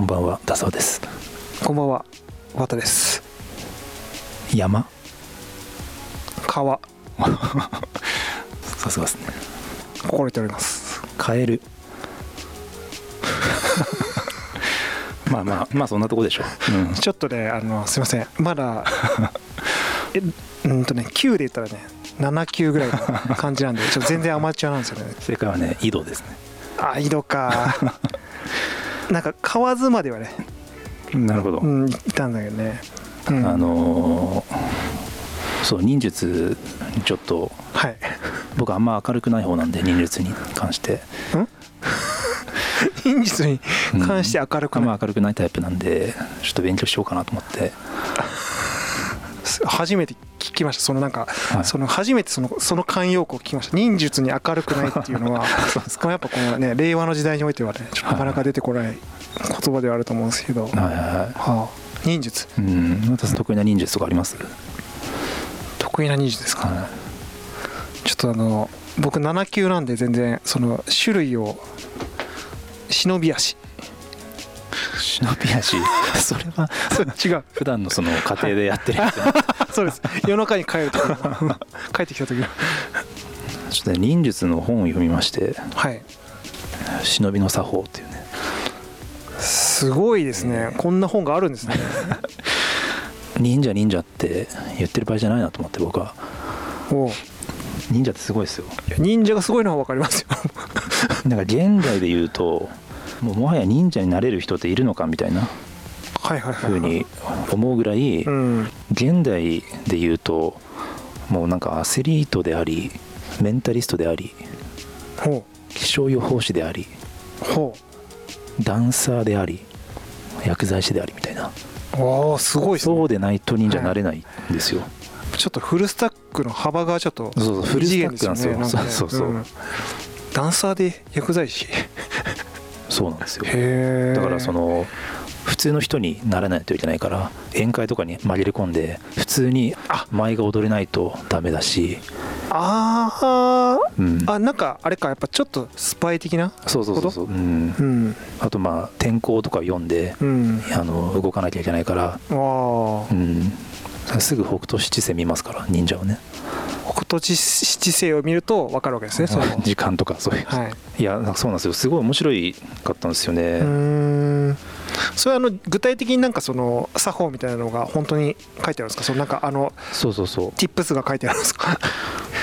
んばんはだそうですこんばんは、わたです。山川、さすがですね心得ております。カエル まあまあまあそんなとこでしょう、うん、ちょっとね、あの、すいません、まだ。え、うーんとね、九で言ったらね、七級ぐらいの感じなんで、ちょっと全然アマチュアなんですよね。正解はね井戸ですねあ、井戸か。なんか河津まではね、なるほど、うん、いたんだけどね。うん、あのーそう忍術にちょっとはい。 僕あんま明るくない方なんで忍術に関して忍術に関して明るあくんなま明るくないタイプなんでちょっと勉強しようかなと思って初めて聞きましたそのなんか、いその初めてそのその慣用句を聞きました忍術に明るくないっていうのは このやっぱこのね令和の時代においてはねちょっとなかなか出てこない言葉ではあると思うんですけど、ははいはいはいあ、忍術うん私得意な忍術とかあります得意な忍術ですか、はちょっとあの僕7級なんで全然その種類を忍び足い 忍び 足それは違う普段のその家庭でやってるやつ、そうです夜中に帰 るとき帰ってきたときちょっとね忍術の本を読みましてはい「忍びの作法」っていうねすごいですね、こんな本があるん ですね忍者忍者って言ってる場合じゃないなと思って僕はおう忍者ってすごいですよ いや忍者がすごいのは分かりますよなんか現在で言うともうもはや忍者になれる人っているのかみたいなはいはいはいふうに思うぐらいうん現代で言うともうなんかアスリートでありメンタリストでありほ気象予報士でありうほダンサーであり薬剤師でありみたいなうおーすごいですねそうでないと忍者になれないんですよ、ちょっとフルスタックの幅がちょっとそうそうフル異次スタ元ックなんですよかねそうそうそうんダンサーで薬剤 師へそうなんですよえだからその普通の人にならないといけないから宴会とかに紛れ込んで普通に舞が踊れないとダメだし、あーうん、あなんかあれかやっぱちょっとスパイ的なそうそうそうそう、うんう、んあとまあ天候とか読んでうんあの動かなきゃいけないから、わうあん、すぐ北斗七星見ますから忍者をね北斗七星を見ると分かるわけですねその 時間とかそういう、はいい、やなんかそうなんですよすごい面白いかったんですよね、うーんそれはあの具体的になんかその作法みたいなのが本当に書いてあるんですかそのなんかあのそうそうそう tips が書いてあるんですか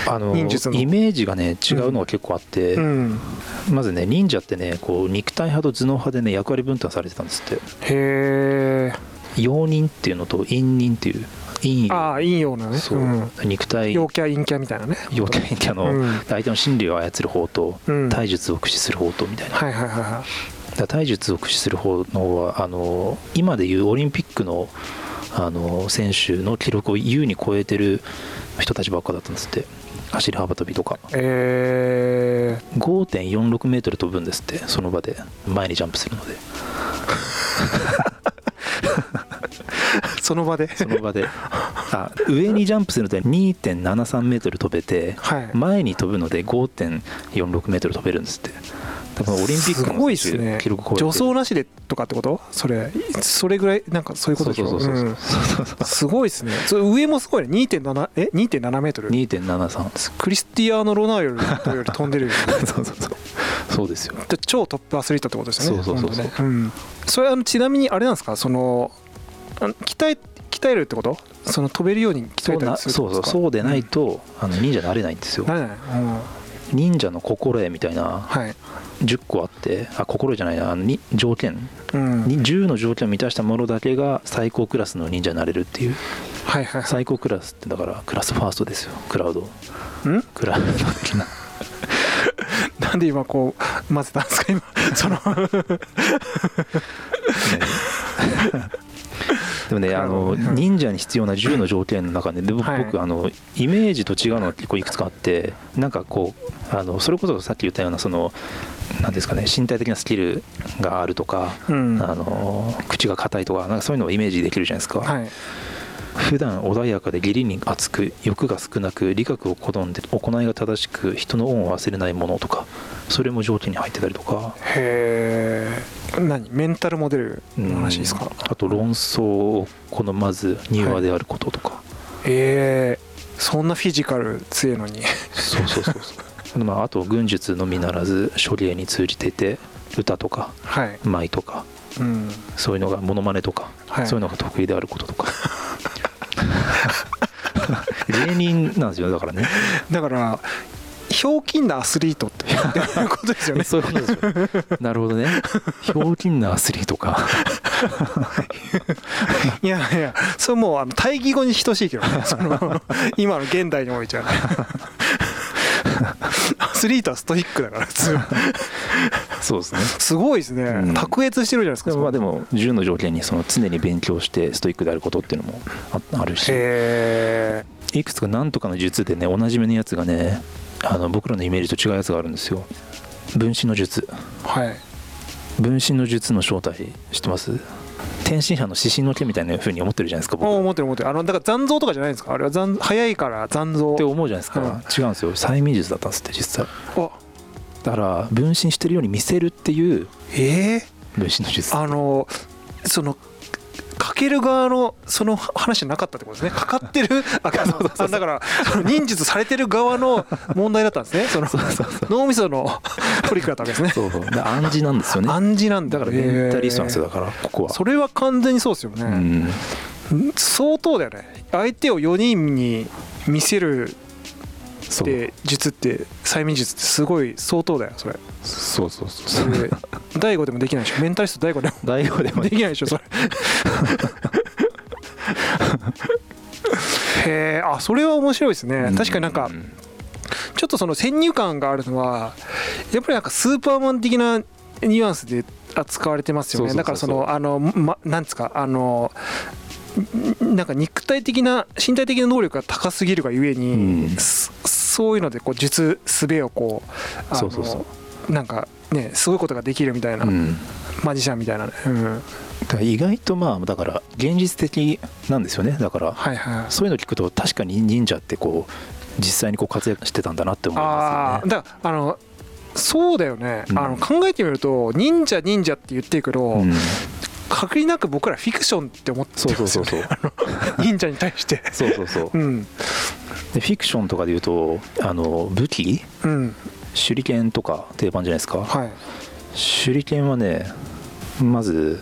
あの忍術のイメージがね違うのが結構あって、うんまずね忍者ってねこう肉体派と頭脳派でね役割分担されてたんですってへえ陽人っていうのと陰人っていう陰ああ陰陽のねそう、ん、肉体陽キャ陰キャみたいなね陽キャ陰キャの、うん相手の心理を操る方と、うん体術を駆使する方とみたいな、はいはいはいはいだから体術を駆使する方の方はあの今でいうオリンピックのあの選手の記録を優に超えてる人たちばっかだったんですって走り幅跳びとかえ5.46メートル飛ぶんですってその場で前にジャンプするのでー、その場でその 場であ上にジャンプするので2.73メートル飛べて、はい前に飛ぶので5.46メートル飛べるんですって多分オリンピックすごいのですね記録超えて助走なしでとかってことそれそれぐらいなんかそういうこそとうでしそうそょうそう、んすごいですねそれ上もすごいね2.7え2.7メートル 2.73ですクリスティアーノ・ロナウドより飛んでるよね そうそうそうそうですよで超トップアスリートってことですよね。そうそうそうそう本当ねんそれあのちなみにあれなんですか、そのあの鍛え鍛えるってこと？その飛べるように鍛そえうたなりすそるうってそうことですかそうでないと、あの忍者になれないんですよなれない。うん忍者の心得みたいなはい。 10個あってあ心得じゃないなあのに条件うん。に10の条件を満たしたものだけが最高クラスの忍者になれるっていうはいはいは最高クラスってだからクラスファーストですよクラウドい。ん？クラウド的ななんで今こう混ぜたんですか 今。そのでもねあのうん忍者に必要な10の条件の中でで僕,、はいあのイメージと違うのが結構いくつかあってなんかこうあのそれこそさっき言ったようなそのなんですかね身体的なスキルがあるとか、うんあの口が硬いとかなんかそういうのをイメージできるじゃないですか、はい。普段穏やかで義理に厚く欲が少なく理覚を好んで行いが正しく人の恩を忘れないものとかそれも条件に入ってたりとかへえ何メンタルモデルの話ですか、うんあと論争を好まず柔和であることとか、えーそんなフィジカル強いのにそうそうそうそうまああと軍術のみならず処理絵に通じてて歌とかはい、舞とかうん、そういうのがモノマネとか、はいそういうのが得意であることとか芸人なんですよだからねだからひょうきんなアスリートっていうことですよね そういうことですよなるほどねひょうきんなアスリートかいやいやそれもうあの対義語に等しいけど ねその今の現代においちゃねアスリートはストイックだから普通そうですねすごいですね、うん卓越してるじゃないですかまあそでれも10の条件にその常に勉強してストイックであることっていうのもああるしへいくつか何とかの術でねおなじみのやつがねあの僕らのイメージと違うやつがあるんですよ分身の術えはい分身の術の正体知ってます天津飯の指針の毛みたいな風に思ってるじゃないですか僕もっう思ってる思ってるあのだから残像とかじゃないんですかあれは残早いから残像て思うじゃないですか、うん違うんですよ催眠術だったんですって実際あだから分身してるように見せるっていうええ分身の術あのそのかける側のその話じゃなかったってことですねかか ってるああのあだからその忍術されてる側の問題だったんですねその脳みそのトリックだったわけですねそうそうで暗示なんですよね暗示なんだだからメンタリストなんですよへだからここえはそれは完全にそうですよね、うん相当だよね相手を4人に見せるっそうて術って催眠術ってすごい相当だよそれそうそうそうそそう れ大悟でもできないでしょメンタリスト大悟でも大悟でもでねきないでしょそれ へえあそれは面白いですね確かになんかうちょっとその先入観があるのはやっぱりなんかスーパーマン的なニュアンスで扱われてますよねそうそだうそかうそらそうのあの、ま、なんですかあのんなんか肉体的な身体的な能力が高すぎるがゆえに、うんそそういうのでこう術術をこうあのそうそうそなんかねすごいことができるみたいな、うんマジシャンみたいなね、うん、だから意外とまあだから現実的なんですよねだからはいはいそういうの聞くと確かに忍者ってこう実際にこう活躍してたんだなって思いあまあだからあのそうだよね、うんあの考えてみると忍者忍者って言ってるけど、すよね。うん確認なく僕らフィクションって思ってますそうよ、ね、そうそうそう。 忍者に対してそうそうそうう。んでフィクションとかで言うとあの武器うん手裏剣とか定番じゃないですか。はい手裏剣はねまず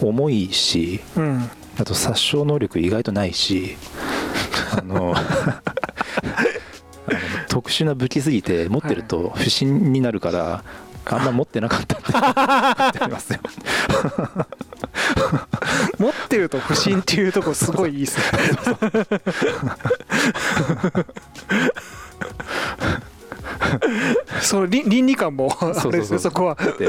重いしうんあと殺傷能力意外とないしあ のあの特殊な武器すぎて持ってると不審になるから、あんま持ってなかったって ありますよ持ってると不審っていうとこすごいいい っすね その倫倫理観もあれですねそこはだって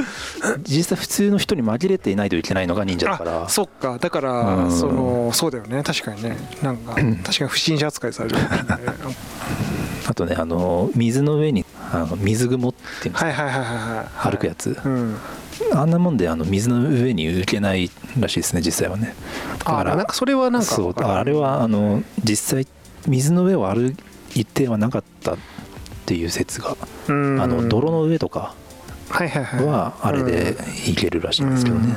実際普通の人に紛れていないといけないのが忍者だからあそっかだかうらんそのそうだよね確かにねなんか確かに不審者扱いされる、ね、あとねあの水の上にあの水雲っていうのはいはいはいはいはい歩くやつ、うんあんなもんであの水の上に浮けないらしいですね実際はねだあからなんかそれはなんかそうわかるあれはあの実際水の上を歩いてはなかったっていう説が、うんあの泥の上とかはいはいはいはあれで行けるらしいんですけどね、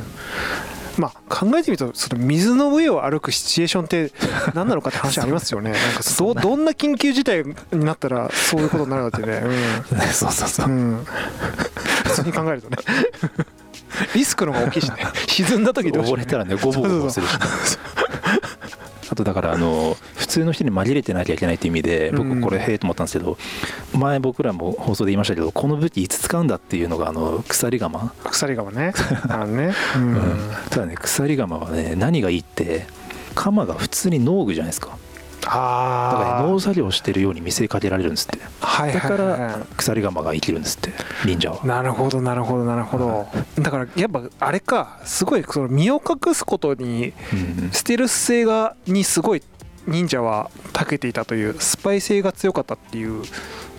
まあ、考えてみるとその水の上を歩くシチュエーションって何なのかって話あります よねなんかどどんな緊急事態になったらそういうことになるわけで、 そうそうそうう、んうん、普通に考えるとね リスクの方が大きいしね沈んだ時どうしよ溺うれたらねゴボゴボするし、あとだからあの普通の人に紛れてなきゃいけないって意味でう僕んこれへえと思ったんですけど前僕らも放送で言いましたけどこの武器いつ使うんだっていうのがあの鎖鎌、鎖 鎌ねあのね、うんただね鎖鎌はね何がいいって鎌が普通に農具じゃないですかだからあねー農作業してるように見せかけられるんですってはいだはいかはいはいら鎖鎌が生きるんですって忍者 はなるほどなるほどなるほどだからやっぱあれかすごいその身を隠すことにうんステルス性がにすごい忍者は長けていたというスパイ性が強かったっていう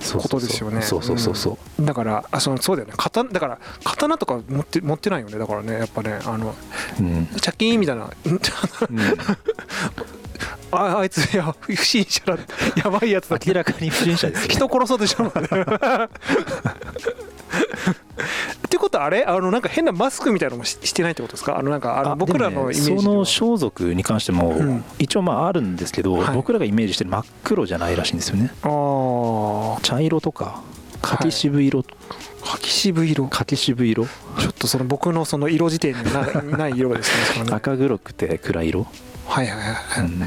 そうそうそうことですよねそうそうそうそうだからあそのそうだよね刀だから刀とか持って持ってないよねだからねやっぱねあのうんチャッキーンみたいなうん ああいついや不審者だやばいやつだ明らかに不審者ですよね人殺そうとしたもんねとあれあのなんか変なマスクみたいなのもししてないってことですかあのなんかあのあ僕らのイメージででもはねその装束に関しても、うん一応まああるんですけど、はい僕らがイメージしてる真っ黒じゃないらしいんですよねあ茶色とかはい柿渋色、あ柿渋色柿渋色ちょっとその僕のその色辞典にはな ない色がですねそのね赤黒くて暗い色、はいはいはうい、ん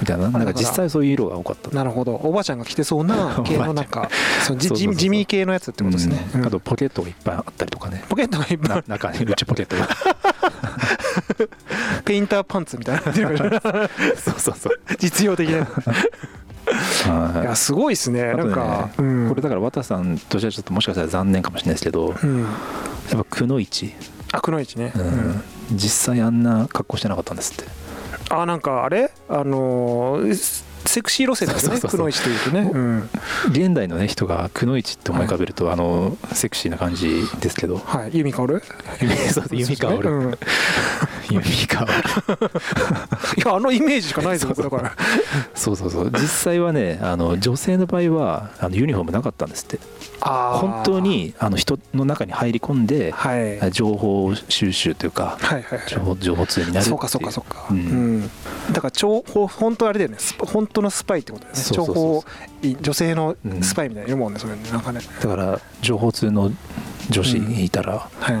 みたいななんか実際そういう色が多かったなるほどおばあちゃんが着てそ うな系のなんかそのじそうそうそうそう地地味系のやつってことですね、うんうんあとポケットがいっぱいあったりとかねポケットがいっぱな 中に内ポケッ トがいペインターパンツみたい なそうそうそう実用的ないはやすごいですねあとなねんか、ういん、これだから綿さんとしてはちょっともしかしたら残念かもしれないですけどやうんっぱくのいち、悪の市ね、うんうん実際あんな格好してなかったんですってあなんかあれあのーセセクシー路線ですそねうそうそくうそうのいちというとね、うん現代の、ね、人がくのいちって思い浮かべると、あのセクシーな感じですけどはい由美かおるそう弓かおる、うんい弓かおるやあのイメージしかないですよだから そうそうそう実際はねあの女性の場合はあのユニフォームなかったんですってあー本当にあの人の中に入り込んではいはい情報収集というかはいはい情報情報通になるっていそうかそうかそうか、ううんんだから情報本当あれだよねスパ本当のスパイってことだよねそうそうそうそう情報女性のスパイみたいなのいるもんね、それねなんかねだから情報通の女子にいたらはい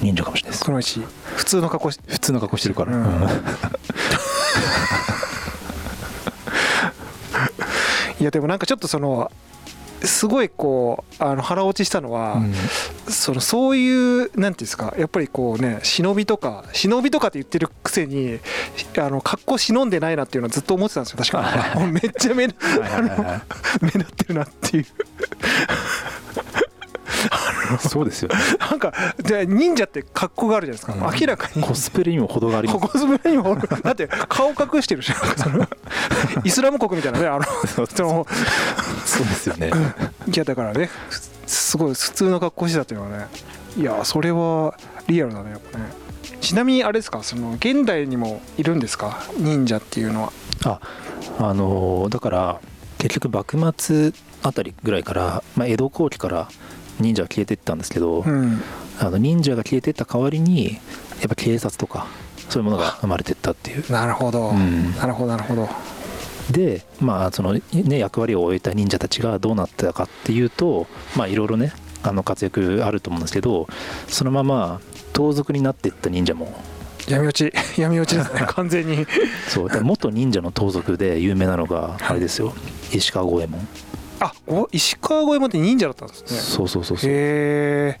忍者かもしれないです、くのいち普通の格好し普通の格好してるから、うんうんいやでもなんかちょっとそのすごいこうあの腹落ちしたのは、うんそのそういうなんていうんですかやっぱりこうね忍びとか忍びとかって言ってるくせにあの格好忍んでないなっていうのはずっと思ってたんですよ確かにめっちゃ目立はいはいはいは目立ってるなっていうい そうですよねなんかじゃあ忍者って格好があるじゃないですか、うん明らかにコスプレにも程がありますコスプレにも俺だって顔隠してるしなんか そのイスラム国みたいなねあのそうその そうですよねいやだからねふすごい普通の格好してたっていうのはねいやそれはリアルだねやっぱねちなみにあれですかその現代にもいるんですか忍者っていうのはああのーだから結局幕末あたりぐらいから、まあ、江戸後期から忍者は消えていったんですけど、うんあの忍者が消えていった代わりにやっぱ警察とかそういうものが生まれていったっていう。なるほど、うんなるほどなるほどでまあそのね役割を終えた忍者たちがどうなったかっていうとまあいろいろねあの活躍あると思うんですけどそのまま盗賊になっていった忍者も闇落ち 闇落 ちですね完全にそうだから元忍者の盗賊で有名なのがあれですよ石川五右衛門あお石川越えまで忍者だったんですねそうそうそうそうへえ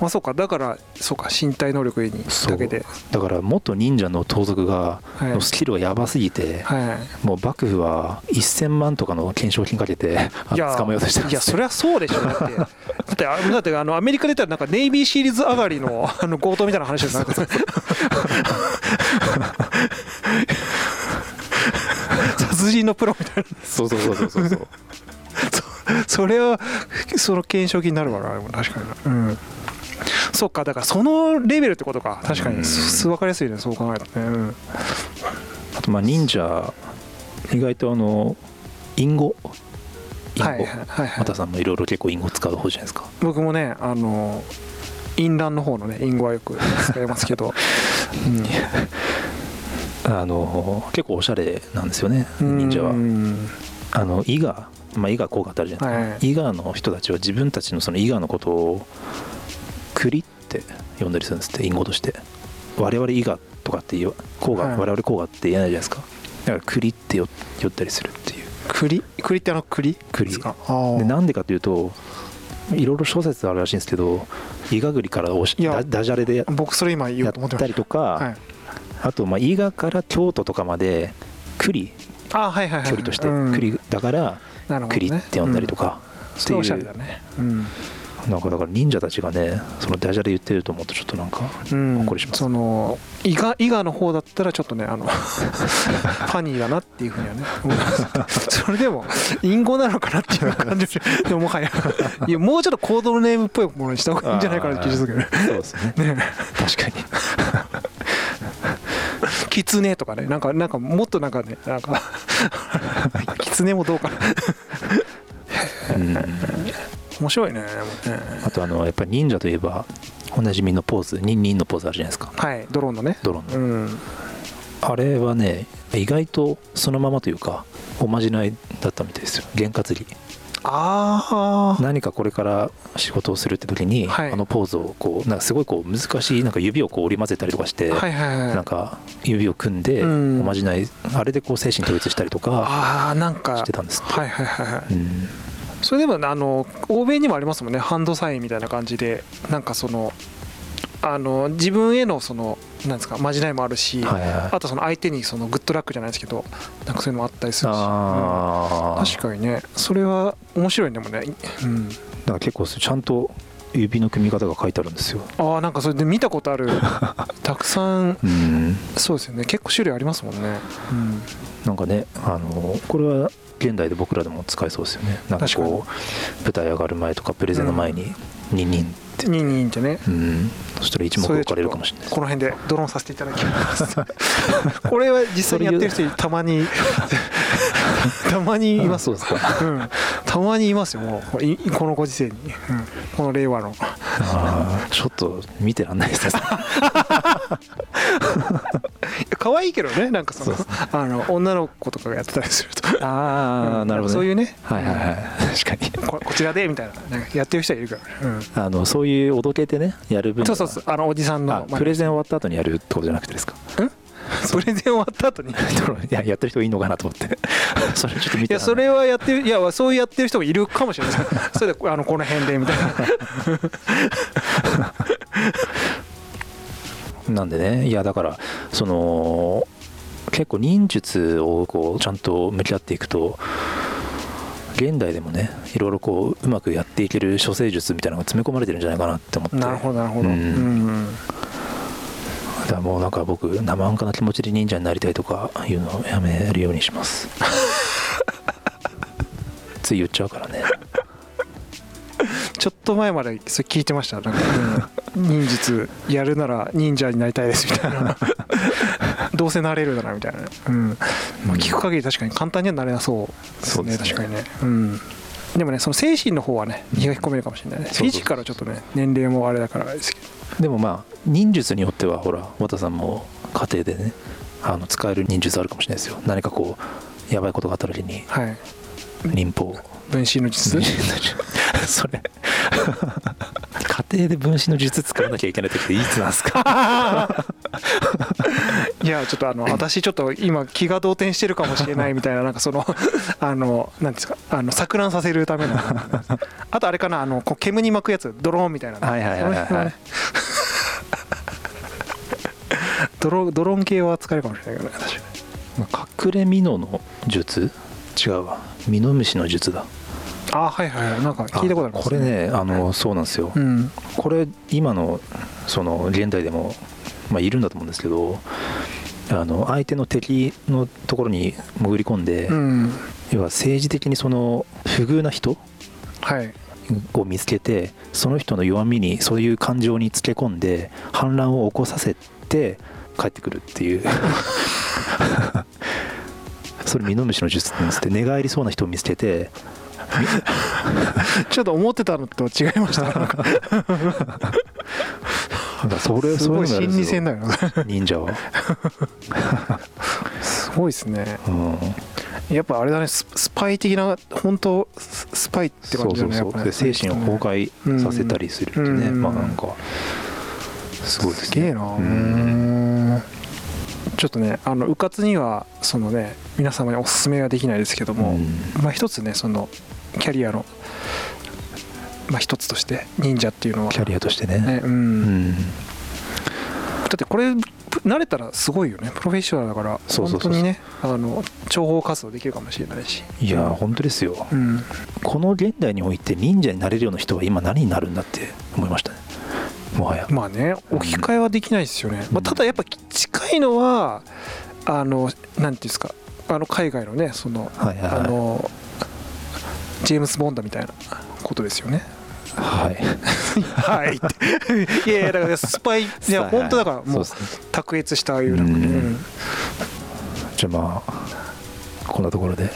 まあそうかだからそうか身体能力にそだうけでだから元忍者の盗賊がはいのスキルがやばすぎてはいもう幕府は1000万とかの懸賞金かけてあの捕まえようとしたんいでやすよそりゃそうでしょだ ってだってあだってあのアメリカで言ったらなんかネイビーシリーズ上が りのあの強盗みたいな話ですねなんか殺人のプロみたいそうそうそうそうそう そうなそれはその検証金になるわなでも確かにうんそっかだからそのレベルってことか確かうんにす分かりやすいねそう考えるとね、うんあとまあ忍者意外とあの隠語隠はいはい語はいはいまたさんもいろいろ結構隠語使う方じゃないですか僕もねあの淫乱の方のね隠語はよく使います けど、うんあの結構おしゃれなんですよね忍者はうんあの伊賀まあ伊賀効果ってあるじゃないですか伊賀の人たちは自分たちのその伊賀のことを栗って呼んだりするんですって隠語として我々伊賀とかって言わ甲賀はい我々甲賀って言えないじゃないですかだから栗ってよ呼ったりするっていう栗栗ってあの栗栗ですかであなんでかというといろいろ諸説あるらしいんですけど伊賀栗からおしいやダダジャレでやー僕それ今言おうと思っってまたしりとか、たはいあとまあ伊賀から京都とかまで栗あーはいはいはい距離としてうん栗だからなるほどね栗って呼んだりとかうんっそていれはうおしゃれだねうんなんかだから忍者たちがねそのダジャレ言ってると思うとちょっとなんかうんほっこりしますその伊賀伊賀の方だったらちょっとねあの ファニーだなっていうふうにはね思い ますそれでも隠語なのかなっていう感じ もしでももはやいやもうちょっとコードのネームっぽいものにした方がいいんじゃないかなって気がするあーそうですねけどね 確かにキツネとかねなんかなんかもっとなんかねなん かキツネもどうかなうん面白いねでもねあとあのやっぱり忍者といえばおなじみのポーズニンニンのポーズあるじゃないですかはいドローンのねドローンのうんあれはね意外とそのままというかおまじないだったみたいですよ験担ぎああ何かこれから仕事をするって時に、はいあのポーズをこうなんかすごいこう難しいなんか指をこう織り交ぜたりとかして、はいはいはいなんか指を組んでおうんまじないあれでこう精神統一したりとか、ああなんかしてたんですってはいはいはいはいうんそれでもあの欧米にもありますもんねハンドサインみたいな感じでなんかそのあの自分へのそのなんですかまじないもあるし、はいはいあとその相手にそのグッドラックじゃないですけどなんかそういうのもあったりするし、うんあー確かにねそれは面白いねでもね、うん、なんか結構ちゃんと指の組み方が書いてあるんですよ、ああなんかそれで見たことあ るたくさんうん、そうですよね結構種類ありますもんね、うん、なんかねあのこれは現代で僕らでも使えそうですよねなんかこう舞台上がる前とかプレゼンの前に「ニンニン」って、ニンニンってねうん、そしたら一目それ置でちかれるょっとかもしれないですこの辺でドローンさせていただきますこれは実際にやってる人たまにたまにいますあそうです うん、たまにいますよもうこれいこのご時世に、うんこの令和のあーちょっと見てらんないですね可愛いけどねなんかそのそうであの女の子とかがやってたりするとああなるほど、ね、そういうねはいはいはい確かにここちらでみたいななんかやってる人はいるから、うんあのそういうおどけてねやる分にそはうそうそうあのおじさんあのまあプレゼン終わった後にやるってことじゃなくてですかプレゼン終わった後に いいややってる人がいいのかなと思って それちょっと見てやらんないそれはやってるいやそうやってる人もいるかもし れないそれであのこの辺でみたいななんでねいやだからその結構忍術をこうちゃんと向き合っていくと現代でもねいろいろこううまくやっていける処世術みたいなのが詰め込まれてるんじゃないかなって思って なるほどなるほど、ううんんだからもうなんか僕生半可な気持ちで忍者になりたいとかいうのをやめるようにします つい言っちゃうからねちょっと前までそれ聞いてましたなんか、うん忍術やるなら忍者になりたいですみたい などうせなれるならみたいな、うんまあ、聞く限り確かに簡単にはなれなそうですそうねですね確かにね、うん、でもねその精神の方はね磨き込めるかもしれないそねうフそうィジカルはちょっとね年齢もあれだからですけどでもまあ忍術によってはほら和田さんも家庭でねあの使える忍術あるかもしれないですよ何かこうやばいことがあった時にはい忍 法分身の 術それ家庭で分身の術使わなきゃいけない時っていつなんですかいやちょっと あの私ちょっと今気が動転してるかもしれないみたいななんかその あのなんていうんですかあの錯乱させるためのあとあれかなあのこう煙に巻くやつドローンみたいなねはいはいはいはいその辺ね ドロドローン系は使えるかもしれないけどね確か隠れミノの術違うわミノムシの術だにあはいはいはいなんか聞いたことあるこれねあのそうなんですよ、うんこれ今のその現代でも、まあ、いるんだと思うんですけどあの相手の敵のところに潜り込んで、うん要は政治的にその不遇な人はいを見つけてその人の弱みにそういう感情につけ込んで反乱を起こさせて帰ってくるっていう それミノムシの術って言うんですって寝返りそうな人を見つけてちょっと思ってたのと違いましたなんかなんかそれすそういうのごやい心るんで理す戦よだよね 忍者は、すごいですねうん、やっぱあれだねススパイ的な本当ススパイってそ感うじそだうねそやっぱうねで精神を崩壊させたりするってね、うんまあなんかすごいですすねげえな、うんちょっとねあのうかつにはそのね皆様におすすめはできないですけども、うんまあ一つねそのキャリアのまあ一つとして忍者っていうのはキャリアとしてねねううんだんってこれぷ慣れたらすごいよねプロフェッショナルだからそうそうそうそう本当にねあの情報活動できるかもしれないしいやー本当ですよ、うんこの現代において忍者になれるような人は今何になるんだって思いましたねもはや、まあね置き換えはできないですよね、うんまあ、ただやっぱ近いのはあのなんていうんですかあの海外のねそのはいはいあはいのジェームス・ボンドみたいなことです よね。はいはいって。いやいやだからスパイいや本当だからもうそうですね卓越したああいうなんかうんうんじゃあまあこんなところで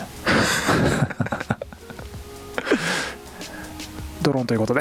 ドローンということで